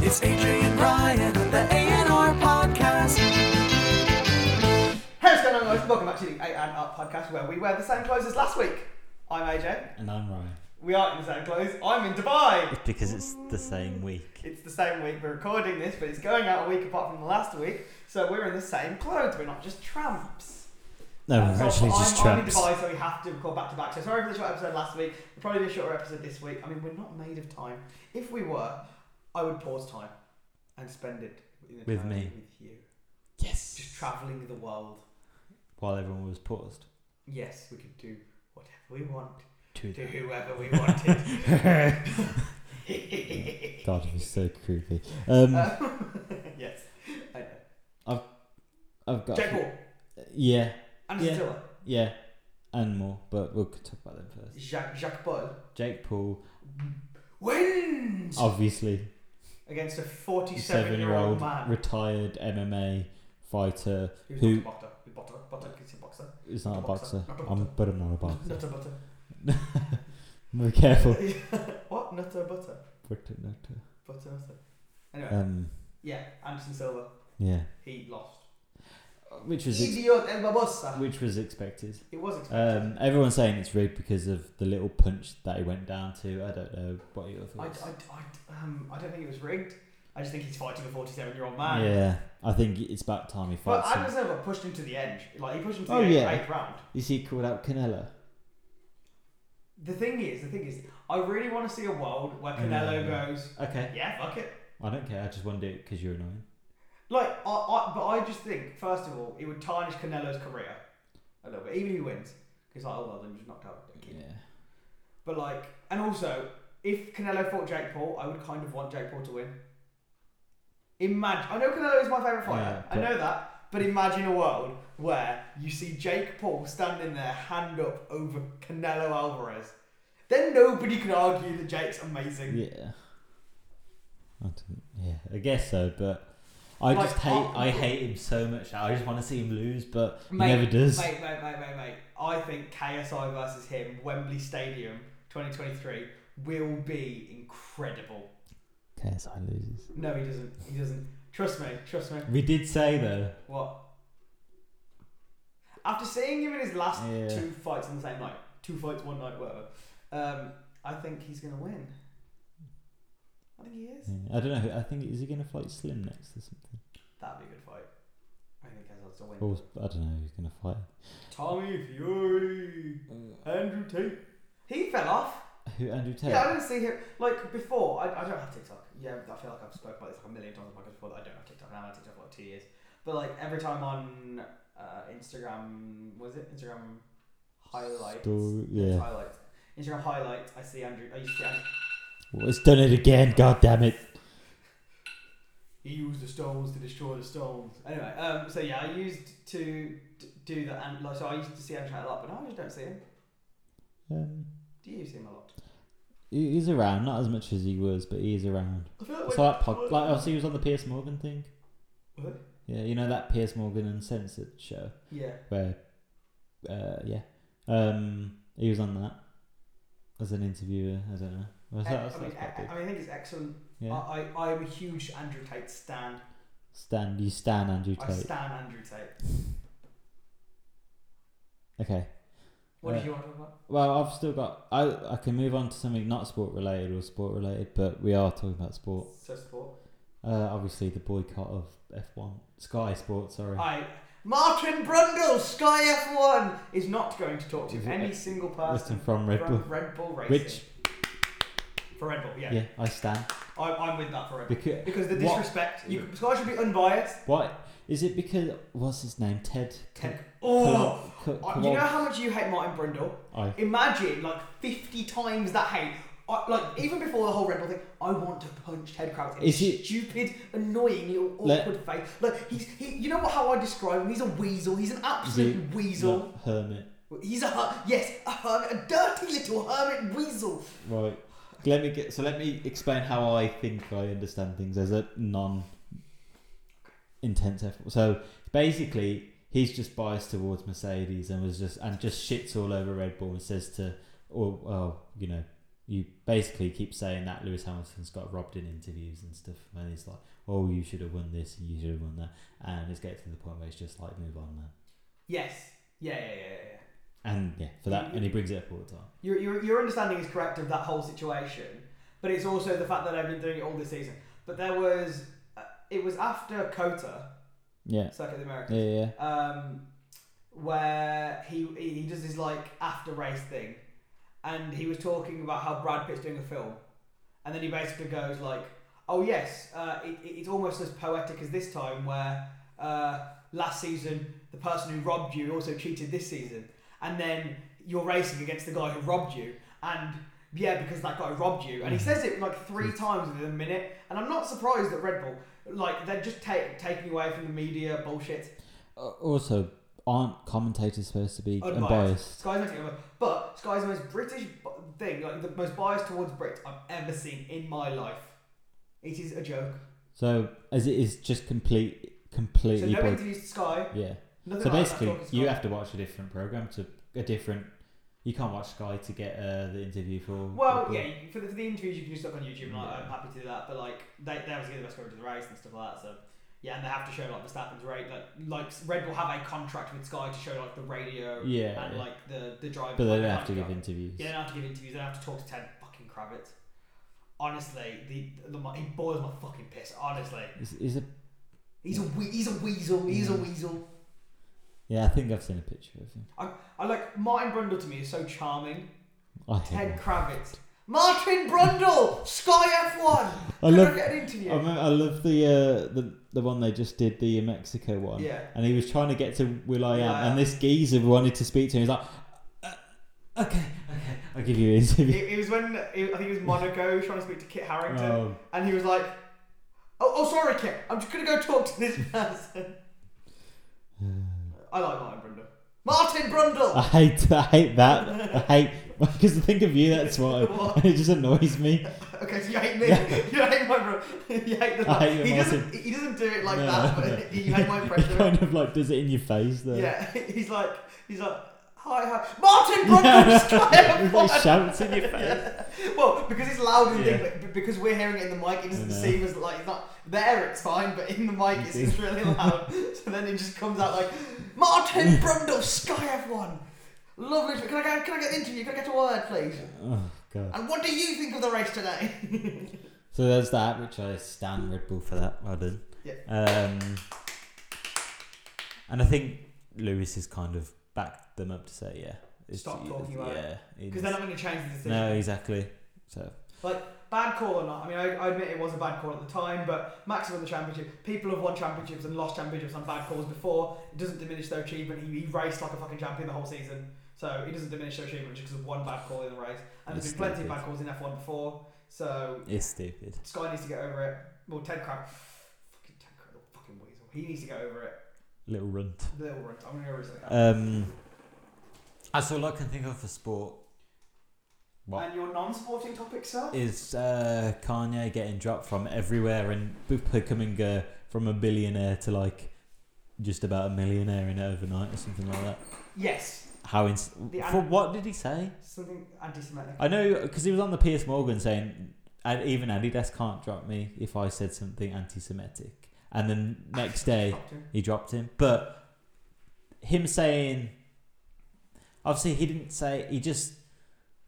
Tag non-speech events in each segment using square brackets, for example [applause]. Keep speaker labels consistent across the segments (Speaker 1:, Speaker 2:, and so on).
Speaker 1: It's AJ and Ryan on the A&R podcast.
Speaker 2: Hey, what's going on, guys? Welcome back to the 8 and Up podcast where we wear the same clothes as last week. I'm AJ.
Speaker 3: And I'm Ryan.
Speaker 2: We aren't in the same clothes. I'm in Dubai.
Speaker 3: It's because it's the same week.
Speaker 2: It's the same week we're recording this, but it's going out a week apart from the last week, so we're in the same clothes. We're not just tramps.
Speaker 3: No,
Speaker 2: Um,
Speaker 3: we're actually
Speaker 2: so I'm,
Speaker 3: just
Speaker 2: I'm in
Speaker 3: traps.
Speaker 2: Dubai, so we have to record back to back. So sorry for the short episode last week. There'll probably be a shorter episode this week. I mean, we're not made of time. If we were, I would pause time and spend it in the
Speaker 3: With
Speaker 2: time
Speaker 3: me.
Speaker 2: with you, just
Speaker 3: Yes.
Speaker 2: traveling the world.
Speaker 3: While everyone was paused.
Speaker 2: Yes, we could do whatever we want.
Speaker 3: To
Speaker 2: to whoever we
Speaker 3: [laughs]
Speaker 2: wanted.
Speaker 3: God, it was so creepy.
Speaker 2: Uh, [laughs]
Speaker 3: Um, [laughs]
Speaker 2: Um, yes, I know.
Speaker 3: I've got.
Speaker 2: Jake Paul,
Speaker 3: Yeah,
Speaker 2: Anderson
Speaker 3: Yeah.
Speaker 2: Silva,
Speaker 3: yeah, and more, but we'll talk about them first.
Speaker 2: Jacques, Jacques Paul
Speaker 3: Jake Paul,
Speaker 2: wins
Speaker 3: Oh. obviously,
Speaker 2: against a
Speaker 3: seven year
Speaker 2: 47-year-old
Speaker 3: old
Speaker 2: man
Speaker 3: retired MMA fighter
Speaker 2: who's
Speaker 3: who-
Speaker 2: not a boxer. He's a boxer. boxer. He's a boxer.
Speaker 3: is not a
Speaker 2: Boxer,
Speaker 3: boxer.
Speaker 2: not a
Speaker 3: I'm,
Speaker 2: boxer.
Speaker 3: but I'm not a
Speaker 2: Not
Speaker 3: boxer.
Speaker 2: a
Speaker 3: [laughs]
Speaker 2: butter.
Speaker 3: Be careful.
Speaker 2: [laughs] what? Not a butter.
Speaker 3: But- not a-
Speaker 2: Butter. butter. Anyway,
Speaker 3: Um,
Speaker 2: yeah, Anderson Silva.
Speaker 3: yeah,
Speaker 2: He lost.
Speaker 3: which was ex-
Speaker 2: Idiot El Babosa.
Speaker 3: which was expected.
Speaker 2: It was expected.
Speaker 3: Um, everyone's saying it's rigged because of the little punch that he went down to. I don't know what your
Speaker 2: I, I,
Speaker 3: thoughts.
Speaker 2: I, um, I don't think it was rigged. I just think he's fighting a 47-year-old man.
Speaker 3: yeah, I think it's about time he
Speaker 2: But
Speaker 3: fights. him.
Speaker 2: Anderson Silva pushed him to the edge. Like he pushed him to the
Speaker 3: Oh,
Speaker 2: edge
Speaker 3: yeah.
Speaker 2: eighth round.
Speaker 3: You see, he called out Canelo.
Speaker 2: The thing is, the thing is, I really want to see a world where
Speaker 3: I know,
Speaker 2: Canelo
Speaker 3: yeah.
Speaker 2: goes,
Speaker 3: Okay,
Speaker 2: yeah, fuck it.
Speaker 3: I don't care. I just want to do it because you're annoying.
Speaker 2: Like, I, I, but I just think, first of all, it would tarnish Canelo's career a little bit, even if he wins, because like, oh well, then you just knocked out a kid.
Speaker 3: Yeah,
Speaker 2: But like, and also, if Canelo fought Jake Paul, I would kind of want Jake Paul to win. Imagine, I know Canelo is my favorite fighter.
Speaker 3: Yeah,
Speaker 2: I
Speaker 3: but-
Speaker 2: know that, but imagine a world where you see Jake Paul standing there, hand up over Canelo Alvarez. Then nobody can argue that Jake's amazing.
Speaker 3: yeah. I don't, yeah, I guess so. But I
Speaker 2: Like,
Speaker 3: just hate.
Speaker 2: I-
Speaker 3: I, hate him so much. I just want to see him lose, but he
Speaker 2: Mate,
Speaker 3: never does.
Speaker 2: Mate, mate, mate, mate, mate. I think KSI versus him, Wembley Stadium, 2023, will be incredible.
Speaker 3: KSI loses.
Speaker 2: No, he doesn't. He doesn't. Trust me. Trust me.
Speaker 3: We did say though.
Speaker 2: What? After seeing him in his last
Speaker 3: Yeah.
Speaker 2: two fights on the same night, two fights, one night, whatever, um, I think he's going to win. I think he is.
Speaker 3: yeah, I don't know. who- I think is he going to fight Slim next or something?
Speaker 2: That'd be a good fight. I think KSI's going to win.
Speaker 3: Or I don't know who's going to fight.
Speaker 2: Tommy Fury, Andrew Tate. He fell off.
Speaker 3: Who Andrew Tate?
Speaker 2: Uh. Yeah, I didn't see him. Like before, I, I don't have TikTok. Yeah, I feel like I've spoken about this like a million times on the podcast before that I don't have TikTok now. I have TikTok for like two years. But like every time on uh, Instagram, was it Instagram highlights?
Speaker 3: Story-
Speaker 2: It's
Speaker 3: yeah.
Speaker 2: Highlights. Instagram highlights. I see Andrew. I used to see Andrew.
Speaker 3: Well, it's done it again, god damn it.
Speaker 2: He used the stones to destroy the stones. Anyway, um, so yeah, I used to d- do that, and like so I used to see Andrew a lot, but now I just don't see him.
Speaker 3: Um,
Speaker 2: Do you see him a lot?
Speaker 3: he- he's around, not as much as he was, but he is around.
Speaker 2: I feel like,
Speaker 3: So like, pod, like obviously he was on the Piers Morgan thing.
Speaker 2: What?
Speaker 3: Yeah, you know that Piers Morgan uncensored show
Speaker 2: yeah,
Speaker 3: where, uh, yeah, um, he was on that as an interviewer. I don't know. Was that, was
Speaker 2: I, mean,
Speaker 3: that quite
Speaker 2: I,
Speaker 3: big?
Speaker 2: I mean, I think it's excellent.
Speaker 3: Yeah.
Speaker 2: I, I, I'm a huge Andrew Tate stan.
Speaker 3: Stan, you Stan Andrew
Speaker 2: I
Speaker 3: Tate.
Speaker 2: stan Andrew Tate.
Speaker 3: Okay.
Speaker 2: What
Speaker 3: Yeah.
Speaker 2: did you want to talk about?
Speaker 3: Well, I've still got. I I can move on to something not sport related or sport related, but we are talking about sport.
Speaker 2: So sport.
Speaker 3: Uh, obviously the boycott of F one Sky Sports. Sorry.
Speaker 2: I Martin Brundle, Sky F1 is not going to talk to
Speaker 3: Is it
Speaker 2: any
Speaker 3: ex-
Speaker 2: single
Speaker 3: Listen
Speaker 2: person
Speaker 3: from Red
Speaker 2: from
Speaker 3: Bull.
Speaker 2: Red Bull Racing.
Speaker 3: Which,
Speaker 2: for Red Bull, yeah.
Speaker 3: yeah, I stand.
Speaker 2: I, I'm with that for Red Bull.
Speaker 3: Because,
Speaker 2: Because the
Speaker 3: What?
Speaker 2: disrespect, you, Sky should be unbiased.
Speaker 3: what is it? Because what's his name? Ted.
Speaker 2: Ted-
Speaker 3: Kowal-
Speaker 2: Oh,
Speaker 3: Ko-
Speaker 2: I- you know
Speaker 3: Kowal-
Speaker 2: how much you hate Martin Brundle?
Speaker 3: I,
Speaker 2: Imagine like 50 times that hate. I, like even before the whole Red Bull thing, I want to punch Ted Crouch in
Speaker 3: Is
Speaker 2: his
Speaker 3: it-
Speaker 2: stupid, annoying little
Speaker 3: Let-
Speaker 2: awkward face. Like he's he, you know what how I describe him? He's a weasel. He's an absolute
Speaker 3: Ze-
Speaker 2: weasel.
Speaker 3: no, hermit.
Speaker 2: He's a her- yes, a hermit, a dirty little hermit weasel.
Speaker 3: Right. Let me get. So let me explain how I think I understand things as a non intense effort. So basically, he's just biased towards Mercedes and was just and just shits all over Red Bull and says to or oh, well, you know, you basically keep saying that Lewis Hamilton's got robbed in interviews and stuff, and he's like, "Oh, you should have won this, and you should have won that," and it's getting to the point where it's just like, "Move on, man."
Speaker 2: Yes. Yeah, yeah, yeah, yeah. yeah.
Speaker 3: And yeah, for that, and he brings it up all the time.
Speaker 2: Your, your, your understanding is correct of that whole situation, but it's also the fact that I've been doing it all this season. But there was, uh, it was after Cota,
Speaker 3: Yeah,
Speaker 2: Circuit of the Americas,
Speaker 3: yeah, yeah.
Speaker 2: um, where he he does his like after race thing, and he was talking about how Brad Pitt's doing a film, and then he basically goes like, "Oh yes, uh, it, it- it's almost as poetic as this time, where uh, last season the person who robbed you also cheated this season, and then you're racing against the guy who robbed you, and." Yeah, because that guy robbed you, and he says it like three times within a minute. And I'm not surprised that Red Bull, like, they're just take, taking away from the media bullshit.
Speaker 3: Uh, also, aren't commentators supposed to be
Speaker 2: Unbiased.
Speaker 3: unbiased?
Speaker 2: Sky's most, but Sky's the most British bu- thing, like the most biased towards Brits I've ever seen in my life. It is a joke.
Speaker 3: So as it is just complete,
Speaker 2: So
Speaker 3: completely.
Speaker 2: no
Speaker 3: boy-
Speaker 2: interviews to Sky.
Speaker 3: yeah.
Speaker 2: Nothing
Speaker 3: So
Speaker 2: like that
Speaker 3: basically,
Speaker 2: talking to
Speaker 3: you
Speaker 2: Sky.
Speaker 3: have to watch a different program to a different. You can't watch Sky to get uh, the interview for.
Speaker 2: Well,
Speaker 3: for-
Speaker 2: yeah, you- for the, for the interviews you can do stuff on YouTube, and like, I'm
Speaker 3: Yeah.
Speaker 2: happy to do that. But like, they they obviously get the best coverage of the race and stuff like that. So yeah, and they have to show like Verstappen's rate. Like, like Red Bull have a contract with Sky to show like the radio
Speaker 3: Yeah,
Speaker 2: and
Speaker 3: yeah.
Speaker 2: like the the driver.
Speaker 3: But they
Speaker 2: like,
Speaker 3: don't
Speaker 2: the
Speaker 3: have to
Speaker 2: contract.
Speaker 3: give interviews.
Speaker 2: Yeah, they don't have to give interviews. They don't have to talk to Ted fucking Kravitz. Honestly, the, the he boils my fucking piss. Honestly,
Speaker 3: Is, is a,
Speaker 2: he's a wee, he's a weasel. He's a
Speaker 3: Yeah.
Speaker 2: weasel.
Speaker 3: yeah, I think I've seen a picture of him.
Speaker 2: I like Martin Brundle to me is so charming.
Speaker 3: I hate
Speaker 2: Ted
Speaker 3: him.
Speaker 2: Kravitz, Martin Brundle, Sky F One.
Speaker 3: I love.
Speaker 2: get an interview.
Speaker 3: I, remember, I love the, uh, the the one they just did the Mexico one.
Speaker 2: Yeah.
Speaker 3: And he was trying to get to Will I Am,
Speaker 2: Yeah.
Speaker 3: and this geezer wanted to speak to him. He's like, uh, "Okay, okay, I'll give you an
Speaker 2: it,
Speaker 3: interview."
Speaker 2: it was when it, I think it was Monaco [laughs] he was trying to speak to Kit Harrington,
Speaker 3: Oh,
Speaker 2: and he was like, "Oh, oh, sorry, Kit. I'm just gonna go talk to this [laughs] person." I like Martin Brundle. Martin Brundle.
Speaker 3: I hate I hate that. I hate because [laughs] I think of you. That's why
Speaker 2: What?
Speaker 3: and it just
Speaker 2: [laughs]
Speaker 3: annoys me.
Speaker 2: Okay, so you hate me. [laughs] you hate my bro. You hate the.
Speaker 3: I hate
Speaker 2: he
Speaker 3: your
Speaker 2: doesn't. He doesn't do it like
Speaker 3: No,
Speaker 2: that.
Speaker 3: no,
Speaker 2: But you hate
Speaker 3: [laughs]
Speaker 2: my
Speaker 3: He
Speaker 2: impression.
Speaker 3: kind of uh, like does it in your face though.
Speaker 2: Yeah, [laughs] he's like, he's like, hi, hi, Martin Brundle's
Speaker 3: [laughs]
Speaker 2: [laughs]
Speaker 3: He, like shouts in your face.
Speaker 2: Well, because it's loud and
Speaker 3: Yeah.
Speaker 2: big, but because we're hearing it in the mic, it doesn't
Speaker 3: I know.
Speaker 2: seem as like it's not there. It's fine, but in the mic, it's, it's really
Speaker 3: [laughs]
Speaker 2: loud. so then it just comes out like Martin Brundle, Sky F One. Lovely. Can I get? Can I get an interview? Can I get a word, please?
Speaker 3: Oh god.
Speaker 2: And what do you think of the race today?
Speaker 3: So there's that, which I stand Red Bull for that. I do.
Speaker 2: Yeah.
Speaker 3: Um, and I think Lewis has kind of backed them up to say, yeah,
Speaker 2: Stop talking about it.
Speaker 3: yeah, it's-
Speaker 2: Because they're not going to change the decision.
Speaker 3: no, exactly. So
Speaker 2: Bad call or not? I mean, I, I admit it was a bad call at the time, but Max won the championship. People have won championships and lost championships on bad calls before. It doesn't diminish their achievement. He, he raced like a fucking champion the whole season, so it doesn't diminish their achievement just because of one bad call in the race. And there's
Speaker 3: That's
Speaker 2: been plenty of
Speaker 3: stupid.
Speaker 2: bad calls in F1 before, so
Speaker 3: it's stupid.
Speaker 2: Sky needs to get over it. Well, Ted Crab, fucking Ted Crab, the fucking weasel. He needs to get over it.
Speaker 3: Little runt.
Speaker 2: The little runt. I'm gonna go reset that.
Speaker 3: Um, that's all I can think of for sport what?
Speaker 2: And your non-sporting topic, sir?
Speaker 3: is uh, Kanye getting dropped from everywhere and b- becoming uh, from a billionaire to like just about a millionaire in overnight or something like that.
Speaker 2: Yes.
Speaker 3: How ins-
Speaker 2: The
Speaker 3: for
Speaker 2: an-
Speaker 3: what did he say?
Speaker 2: Something anti-Semitic.
Speaker 3: I know uh, because he was on the Piers Morgan saying, "And even Adidas can't drop me if I said something anti-Semitic. And then next day he dropped him. But him saying, obviously he didn't say he just.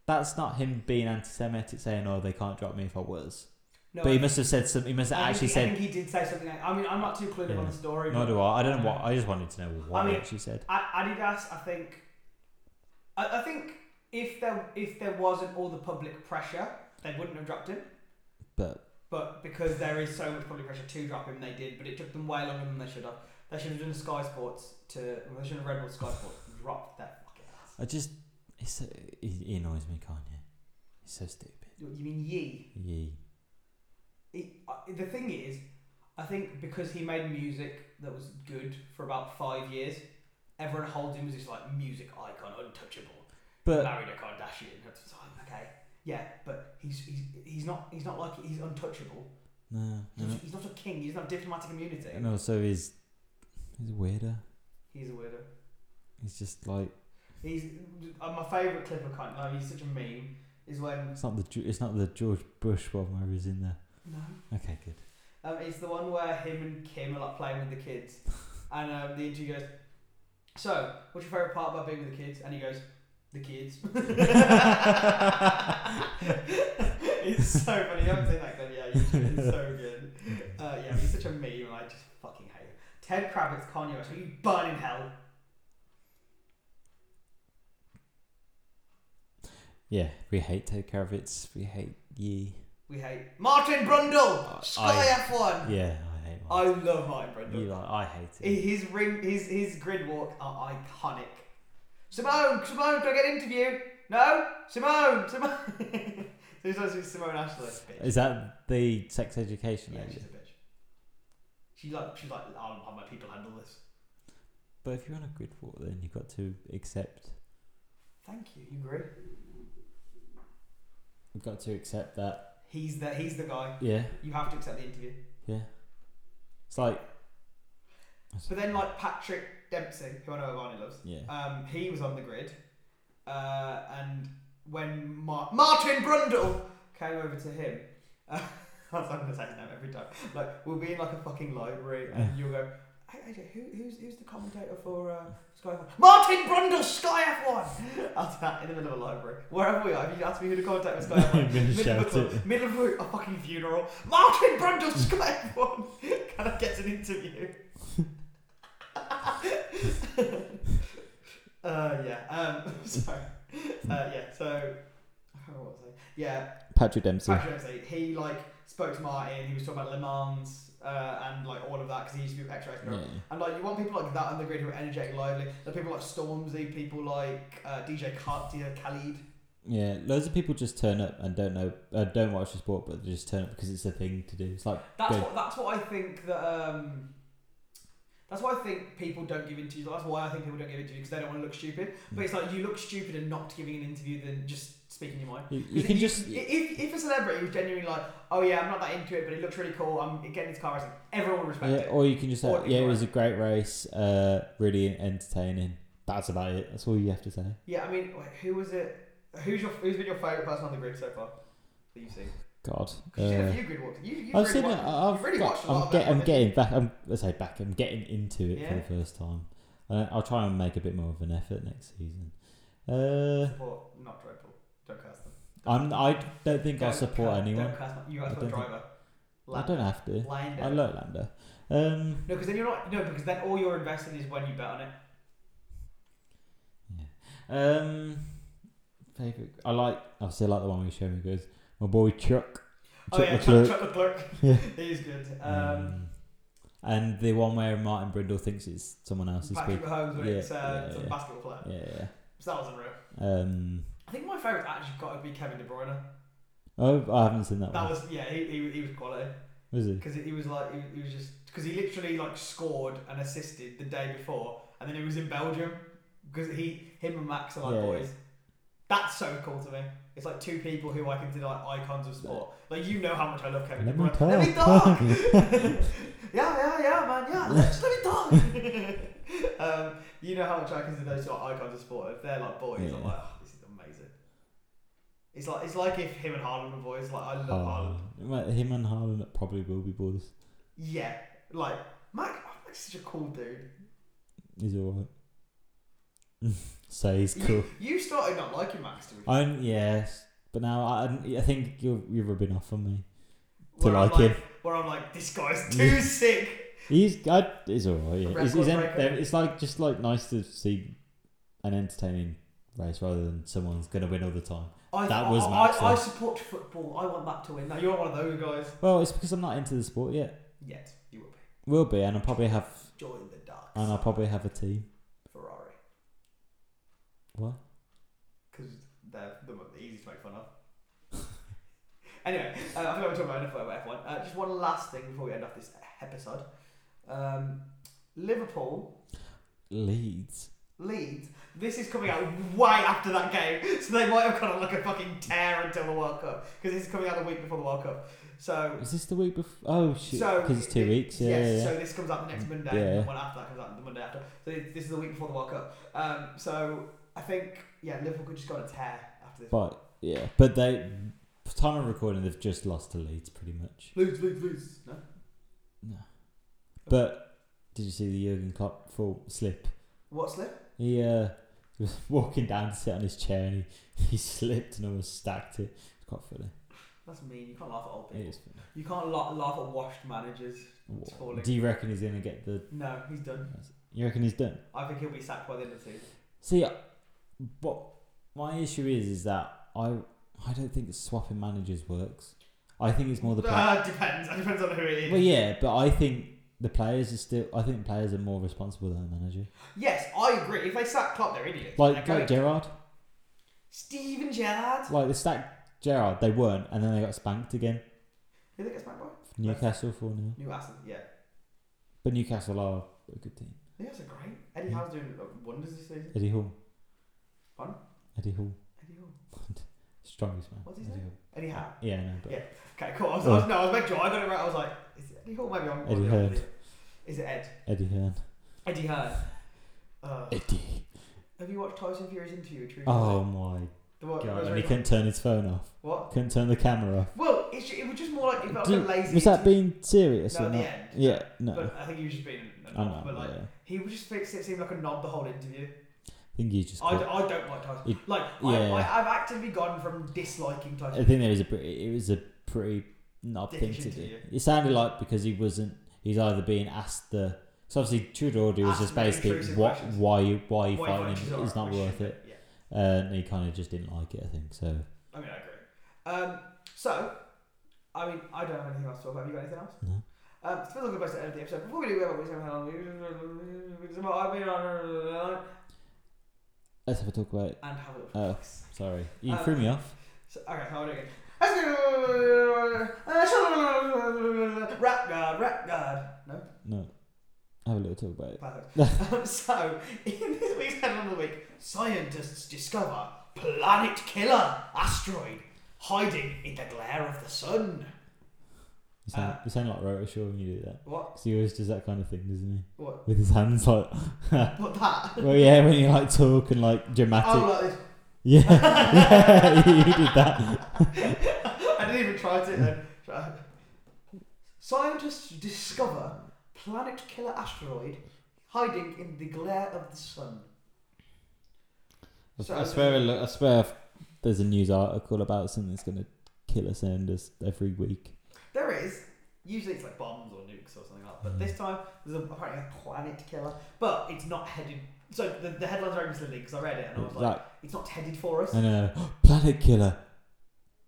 Speaker 3: That's not him being anti-Semitic saying, "Oh, they can't drop me if I was."
Speaker 2: No,
Speaker 3: but
Speaker 2: I-
Speaker 3: he must have said something. He must have
Speaker 2: I
Speaker 3: actually
Speaker 2: think, I
Speaker 3: said,
Speaker 2: think he did say something. Like, I mean, I'm not too clued up on
Speaker 3: Yeah.
Speaker 2: the story.
Speaker 3: "Nor
Speaker 2: but
Speaker 3: do I." I don't know what. I just wanted to know what
Speaker 2: I
Speaker 3: he
Speaker 2: mean,
Speaker 3: actually said.
Speaker 2: A- Adidas, I think, I, I think if there if there wasn't all the public pressure, they wouldn't have dropped him.
Speaker 3: But
Speaker 2: But because there is so much public pressure to drop him, they did. But it took them way longer than they should have. They should have done Sky Sports to. well, They should have Red Bull Sky Sports dropped their fucking ass.
Speaker 3: I just, it's so, he, he annoys me, Kanye. He's so stupid.
Speaker 2: You you mean ye?
Speaker 3: Yee.
Speaker 2: it, I- the thing is, I think because he made music that was good for about five years, everyone holds him as this like music icon, untouchable.
Speaker 3: But
Speaker 2: Married a Kardashian at the time, okay? Yeah, but he's he's, he's not he's not like he's untouchable.
Speaker 3: no,
Speaker 2: He's,
Speaker 3: no,
Speaker 2: he's not a king. He's not diplomatic immunity.
Speaker 3: and also he's he's a weirdo.
Speaker 2: He's a weirdo.
Speaker 3: He's just like
Speaker 2: oh, He's uh, my favorite clip of Kanye. Like, he's such a meme. is when
Speaker 3: It's not the Ju- it's not the George Bush one where he's in there.
Speaker 2: no,
Speaker 3: Okay, good.
Speaker 2: um, it's the one where him and Kim are like playing with the
Speaker 3: [laughs]
Speaker 2: kids, and um, the interview goes, "So, what's your favorite part about being with the kids?" And he goes, "The
Speaker 3: [laughs]
Speaker 2: kids." it's so funny. You haven't seen that clip, yeah? You should. It's so
Speaker 3: [laughs]
Speaker 2: good. Uh, yeah, he's such a meme. and I just fucking hate him. Ted Kravitz, Kanye West, will you burn in hell?
Speaker 3: Yeah, we hate Ted Kravitz. We hate Yee.
Speaker 2: We hate Martin Brundle,
Speaker 3: I-
Speaker 2: Sky F1.
Speaker 3: Yeah, I hate. Mark.
Speaker 2: I love Martin
Speaker 3: you
Speaker 2: Brundle.
Speaker 3: like, I hate
Speaker 2: He-
Speaker 3: it.
Speaker 2: His ring, his his grid walk are iconic. Simone, Simone, can I get an interview? No, Simone, Simone. [laughs] so he's supposed to be Simone Ashley. Bitch.
Speaker 3: Is that the sex education?
Speaker 2: yeah,
Speaker 3: lady?
Speaker 2: she's a bitch. She's like, she's like, I don't know how my people handle this.
Speaker 3: But if you're on a grid walk, then you've got to accept.
Speaker 2: Thank you. You agree?
Speaker 3: You've got to accept that.
Speaker 2: He's the he's the guy.
Speaker 3: Yeah,
Speaker 2: You have to accept the interview.
Speaker 3: yeah. It's like
Speaker 2: But then like Patrick Dempsey, who I know Ivani loves,
Speaker 3: yeah.
Speaker 2: um, he was on the grid, uh, and when Mar- Martin Brundle came over to him, [laughs] uh, I'm going to say his name every time. Like we'll be in like a fucking library, and you'll go, "Hey AJ, who, who's who's the commentator for uh, Sky F1?" Martin Brundle, Sky F1. [laughs] I'll do that in the middle of a library, wherever we are. If you ask me who the commentator for Sky F1,
Speaker 3: [laughs] I'm gonna
Speaker 2: middle of, a
Speaker 3: shout
Speaker 2: club,
Speaker 3: it.
Speaker 2: middle of a, a fucking funeral, Martin Brundle, Sky F1, kind of gets an interview. [laughs] Uh, yeah. Um, [laughs] sorry. Uh, yeah. So I can't remember what I was saying. Yeah,
Speaker 3: Patrick Dempsey.
Speaker 2: Patrick Dempsey. He like spoke to Martin. He was talking about Le Mans uh, and like all of that because he used to be with X-Race.
Speaker 3: Yeah.
Speaker 2: And like you want people like that on the grid who are energetic, lively. Like people like Stormzy, people like uh, DJ Cartier, Khalid.
Speaker 3: yeah, loads of people just turn up and don't know, uh, don't watch the sport, but they just turn up because it's a thing to do. It's like
Speaker 2: That's
Speaker 3: Good.
Speaker 2: what that's what I think that um that's why I think people don't give interviews. That's why I think people don't give interviews because they don't want to look stupid.
Speaker 3: Hmm.
Speaker 2: But it's like you look stupid and not giving an interview than just speaking your mind.
Speaker 3: you, you can just
Speaker 2: if, if a celebrity was genuinely like, oh yeah, I'm not that into it, but it looks really cool. I'm getting into car racing. Everyone would respect
Speaker 3: Yeah,
Speaker 2: it.
Speaker 3: or you can just say,
Speaker 2: Or
Speaker 3: yeah, it
Speaker 2: ignore
Speaker 3: was a great race, uh, really entertaining. That's about it. That's all you have to say.
Speaker 2: Yeah, I mean, wait, who was it? Who's your who's been your favourite person on the grid so far that you've seen?
Speaker 3: God,
Speaker 2: 'Cause you've seen a
Speaker 3: uh,
Speaker 2: few grid walks. You, you've
Speaker 3: I've
Speaker 2: really
Speaker 3: seen it.
Speaker 2: watched,
Speaker 3: I- I've
Speaker 2: you've really
Speaker 3: got,
Speaker 2: watched a lot
Speaker 3: I'm,
Speaker 2: of
Speaker 3: get,
Speaker 2: them,
Speaker 3: I'm
Speaker 2: haven't you?
Speaker 3: getting back. I'm I say back. I'm getting into it for
Speaker 2: Yeah.
Speaker 3: the first time. And I'll try and make a bit more of an effort next season. Uh,
Speaker 2: Support, not dreadful. Don't curse them.
Speaker 3: I'm. I don't think I
Speaker 2: Don't
Speaker 3: support
Speaker 2: curse-
Speaker 3: anyone.
Speaker 2: Don't curse my, you guys
Speaker 3: I
Speaker 2: support
Speaker 3: don't think-
Speaker 2: driver.
Speaker 3: I don't have to.
Speaker 2: Line
Speaker 3: I like Lando. Um,
Speaker 2: No, because then you're not. No, because then all you're invested is when you bet on it.
Speaker 3: um, favorite. I like. Obviously, I like the one we show me goes. My boy Chuck.
Speaker 2: Oh
Speaker 3: Chuck
Speaker 2: yeah,
Speaker 3: Leclerc.
Speaker 2: Chuck [laughs] Leclerc.
Speaker 3: [laughs] Yeah.
Speaker 2: He's good. Um,
Speaker 3: Um, and the one where Martin Brindle thinks it's someone else's
Speaker 2: Patrick
Speaker 3: people.
Speaker 2: Mahomes when
Speaker 3: Yeah,
Speaker 2: it's uh,
Speaker 3: yeah,
Speaker 2: some
Speaker 3: yeah.
Speaker 2: basketball player.
Speaker 3: Yeah.
Speaker 2: So that was unreal.
Speaker 3: yeah. Um,
Speaker 2: I think my favourite actually got to be Kevin De Bruyne.
Speaker 3: oh, I haven't seen that,
Speaker 2: That
Speaker 3: one.
Speaker 2: was yeah, he, he, he was quality
Speaker 3: Was it?
Speaker 2: because he was like he, was- he was just because he literally like scored and assisted the day before, and then he was in Belgium because he him and Max are like
Speaker 3: Yeah,
Speaker 2: boys. That's so cool to me. It's like two people who I consider like icons of sport. Like you know how much I love Kevin De
Speaker 3: Let me
Speaker 2: Bruyne. Let me
Speaker 3: talk.
Speaker 2: talk.
Speaker 3: [laughs]
Speaker 2: [laughs] yeah, yeah, yeah, man. Yeah, just let me talk. [laughs] um, you know how much I consider those two like icons of sport. If they're like boys, I'm
Speaker 3: Yeah.
Speaker 2: like, oh, this is amazing. It's like it's like if him and Haaland were boys. Like I love Haaland.
Speaker 3: Haaland. Oh. Well, Him and Harlan probably will be boys.
Speaker 2: Yeah, like Mac. oh, Mac's such a cool dude.
Speaker 3: He's alright. [laughs] so he's cool.
Speaker 2: [laughs] You, you started not liking Max, to be fair.
Speaker 3: i yes, but now I, I think you're you're rubbing off on me. to
Speaker 2: Where I'm
Speaker 3: like him.
Speaker 2: Where I'm like, this
Speaker 3: [laughs]
Speaker 2: guy's too sick.
Speaker 3: He's I, he's alright. Yeah. He's, he's en-
Speaker 2: Record breaker.
Speaker 3: it's like just like nice to see an entertaining race rather than someone's gonna win all the time.
Speaker 2: I,
Speaker 3: That
Speaker 2: I-
Speaker 3: was
Speaker 2: I,
Speaker 3: Max,
Speaker 2: I, I
Speaker 3: though.
Speaker 2: support football. I want that to win. Now you're not one of those guys.
Speaker 3: Well, it's because I'm not into the sport yet.
Speaker 2: Yet you will be.
Speaker 3: Will be, and I'll probably have
Speaker 2: Join the dark.
Speaker 3: and I'll probably have a team.
Speaker 2: Ferrari,
Speaker 3: What?
Speaker 2: because they're the mo- easy to make fun of. [laughs] anyway, uh, I think we're talking about enough about F1. Uh, just one last thing before we end off this episode. Um, Liverpool
Speaker 3: Leeds.
Speaker 2: Leeds. This is coming out way after that game, so they might have gone on like a fucking tear until the World Cup because this is coming out the week before the World Cup. So,
Speaker 3: Is this the week before? Oh shit!
Speaker 2: so
Speaker 3: Because it's two
Speaker 2: it-
Speaker 3: weeks. Yeah,
Speaker 2: yes,
Speaker 3: yeah,
Speaker 2: So this comes out the next Monday,
Speaker 3: Yeah.
Speaker 2: and the one after that comes out the Monday after. So it- this is the week before the World Cup. Um, so I think yeah, Liverpool could just go on a tear after this.
Speaker 3: But Yeah, but they time of recording they've just lost to Leeds pretty much.
Speaker 2: Lose, lose, lose. No.
Speaker 3: No. But did you see the Jurgen Klopp fall slip?
Speaker 2: What slip?
Speaker 3: He uh, [laughs] was walking down to sit on his chair and he, [laughs] he slipped and almost stacked it. It's quite funny.
Speaker 2: That's mean. You can't laugh at old people.
Speaker 3: It is funny.
Speaker 2: You can't la- laugh at washed managers.
Speaker 3: Wha-
Speaker 2: falling.
Speaker 3: Do you reckon he's gonna get the?
Speaker 2: No, he's done.
Speaker 3: You reckon he's done?
Speaker 2: I think he'll be sacked by the end of the season.
Speaker 3: See, uh, what my issue is is that I I don't think swapping managers works. I think it's more the players.
Speaker 2: Ah, depends. It depends on who it is.
Speaker 3: well, yeah, but I think the players are still. I think players are more responsible than the manager.
Speaker 2: Yes, I agree. If they sack Klopp, they're idiots.
Speaker 3: Like
Speaker 2: They're
Speaker 3: like Gerard,
Speaker 2: Steven Gerrard.
Speaker 3: like they stacked Gerard. They weren't, and then they got spanked again.
Speaker 2: Who think it's my boy?
Speaker 3: Newcastle four 0
Speaker 2: New Aston. Yeah.
Speaker 3: but Newcastle are a good team.
Speaker 2: New Aston are great. Eddie Howe's doing uh, wonders this season.
Speaker 3: Eddie Hall.
Speaker 2: Pardon?
Speaker 3: Eddie Hall,
Speaker 2: Eddie Howe.
Speaker 3: strongest man.
Speaker 2: What's his
Speaker 3: Eddie
Speaker 2: name? Eddie Howe.
Speaker 3: Hall. Yeah, no, but
Speaker 2: Yeah. Okay, cool. I was,
Speaker 3: Oh.
Speaker 2: I was, no, I was making sure I got it right. I was like, is it Eddie Hall? Maybe I'm.
Speaker 3: Eddie
Speaker 2: I'm-
Speaker 3: Hearn.
Speaker 2: Is it Ed?
Speaker 3: Eddie Hearn.
Speaker 2: Eddie Hearn. Uh,
Speaker 3: Eddie.
Speaker 2: have you watched Tyson Fury's interview with True
Speaker 3: Oh my
Speaker 2: the one,
Speaker 3: god! And he couldn't turn his phone off.
Speaker 2: What?
Speaker 3: Couldn't turn the camera off.
Speaker 2: Well, it's, ju- it was just more like it felt a
Speaker 3: Do-
Speaker 2: bit lazy.
Speaker 3: was that being serious
Speaker 2: no,
Speaker 3: or
Speaker 2: at the
Speaker 3: not?
Speaker 2: end?
Speaker 3: Yeah, no.
Speaker 2: But I think he was just being. A
Speaker 3: I
Speaker 2: knob,
Speaker 3: know.
Speaker 2: But like,
Speaker 3: yeah.
Speaker 2: he was just fix it seemed like a knob the whole interview.
Speaker 3: I think you just.
Speaker 2: I, d-
Speaker 3: got-
Speaker 2: I don't like Tyson.
Speaker 3: It-
Speaker 2: like
Speaker 3: yeah.
Speaker 2: I, I, I've actively gone from disliking
Speaker 3: I,
Speaker 2: Tyson.
Speaker 3: think there was a pretty. It was a pretty knob thing to
Speaker 2: Dickish
Speaker 3: do.
Speaker 2: interview.
Speaker 3: It sounded like because he wasn't. He's either being asked the. So obviously Trudeau was
Speaker 2: Asked
Speaker 3: just
Speaker 2: the
Speaker 3: basically
Speaker 2: intrusive
Speaker 3: what
Speaker 2: questions.
Speaker 3: why you why you
Speaker 2: Why
Speaker 3: fighting
Speaker 2: vote
Speaker 3: him?
Speaker 2: Chisora,
Speaker 3: It's not
Speaker 2: which-
Speaker 3: worth it.
Speaker 2: Yeah,
Speaker 3: Uh, and he kind of just didn't like it. I think so.
Speaker 2: I mean I agree. Um, so, I mean I don't have anything else to talk about. Have you got anything else?
Speaker 3: No.
Speaker 2: Um, it's been a good place to end the episode. Before we do, we have a question.
Speaker 3: Let's have a talk about it.
Speaker 2: and have a look.
Speaker 3: Oh. Sorry, you
Speaker 2: Um,
Speaker 3: threw me off.
Speaker 2: So, okay, so I'll do it again. Uh, Rap God, rap God. No?
Speaker 3: No, have a little talk about it.
Speaker 2: Perfect. um, so, [laughs] in this week's headline of the week, scientists discover planet killer asteroid hiding in the glare of the sun.
Speaker 3: You sound,
Speaker 2: uh,
Speaker 3: you sound like Rotoshaw when you do that.
Speaker 2: What?
Speaker 3: 'Cause he always does that kind of thing, doesn't he?
Speaker 2: What?
Speaker 3: With his hands like. [laughs]
Speaker 2: What that?
Speaker 3: Well, yeah, when you like talk and like dramatic.
Speaker 2: Oh, like this.
Speaker 3: [laughs] Yeah, yeah, [laughs] you did that.
Speaker 2: I didn't even try to then. Try- Scientists discover planet killer asteroid hiding in the glare of the sun.
Speaker 3: I,
Speaker 2: So-
Speaker 3: I swear, I, look, I swear, if there's a news article about something that's gonna kill us and end us every week.
Speaker 2: There is. Usually it's like bombs or nukes or something
Speaker 3: Mm.
Speaker 2: like that. But this time, there's a, apparently a planet killer. But it's not headed. So the, the headlines are misleading because I read it and I was like,
Speaker 3: Like,
Speaker 2: it's not headed for us.
Speaker 3: and uh, [gasps] planet killer,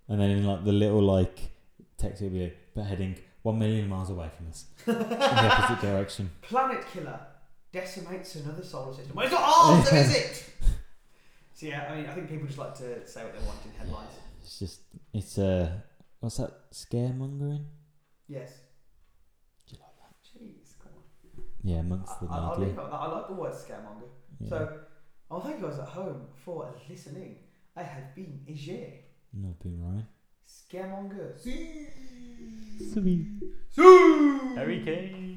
Speaker 3: and then in like the little like text will be like, but heading one million miles away from
Speaker 2: [laughs]
Speaker 3: us in the opposite direction.
Speaker 2: Planet killer decimates another solar system. Well, it's not ours, though,
Speaker 3: [laughs]
Speaker 2: is it? So yeah, I mean, I think people just like to say what they want in headlines.
Speaker 3: It's just, it's uh, what's that scaremongering?
Speaker 2: Yes.
Speaker 3: Do you
Speaker 2: Jeez, come on.
Speaker 3: Yeah, amongst the
Speaker 2: I, I, I'll leave it
Speaker 3: media.
Speaker 2: at that. I like the word scaremonger.
Speaker 3: Yeah.
Speaker 2: So, I'll thank you guys at home for listening. I have been Ije.
Speaker 3: not being Ryan.
Speaker 2: Scaremonger.
Speaker 3: Sweet.
Speaker 2: Soon!
Speaker 3: Harry Kane.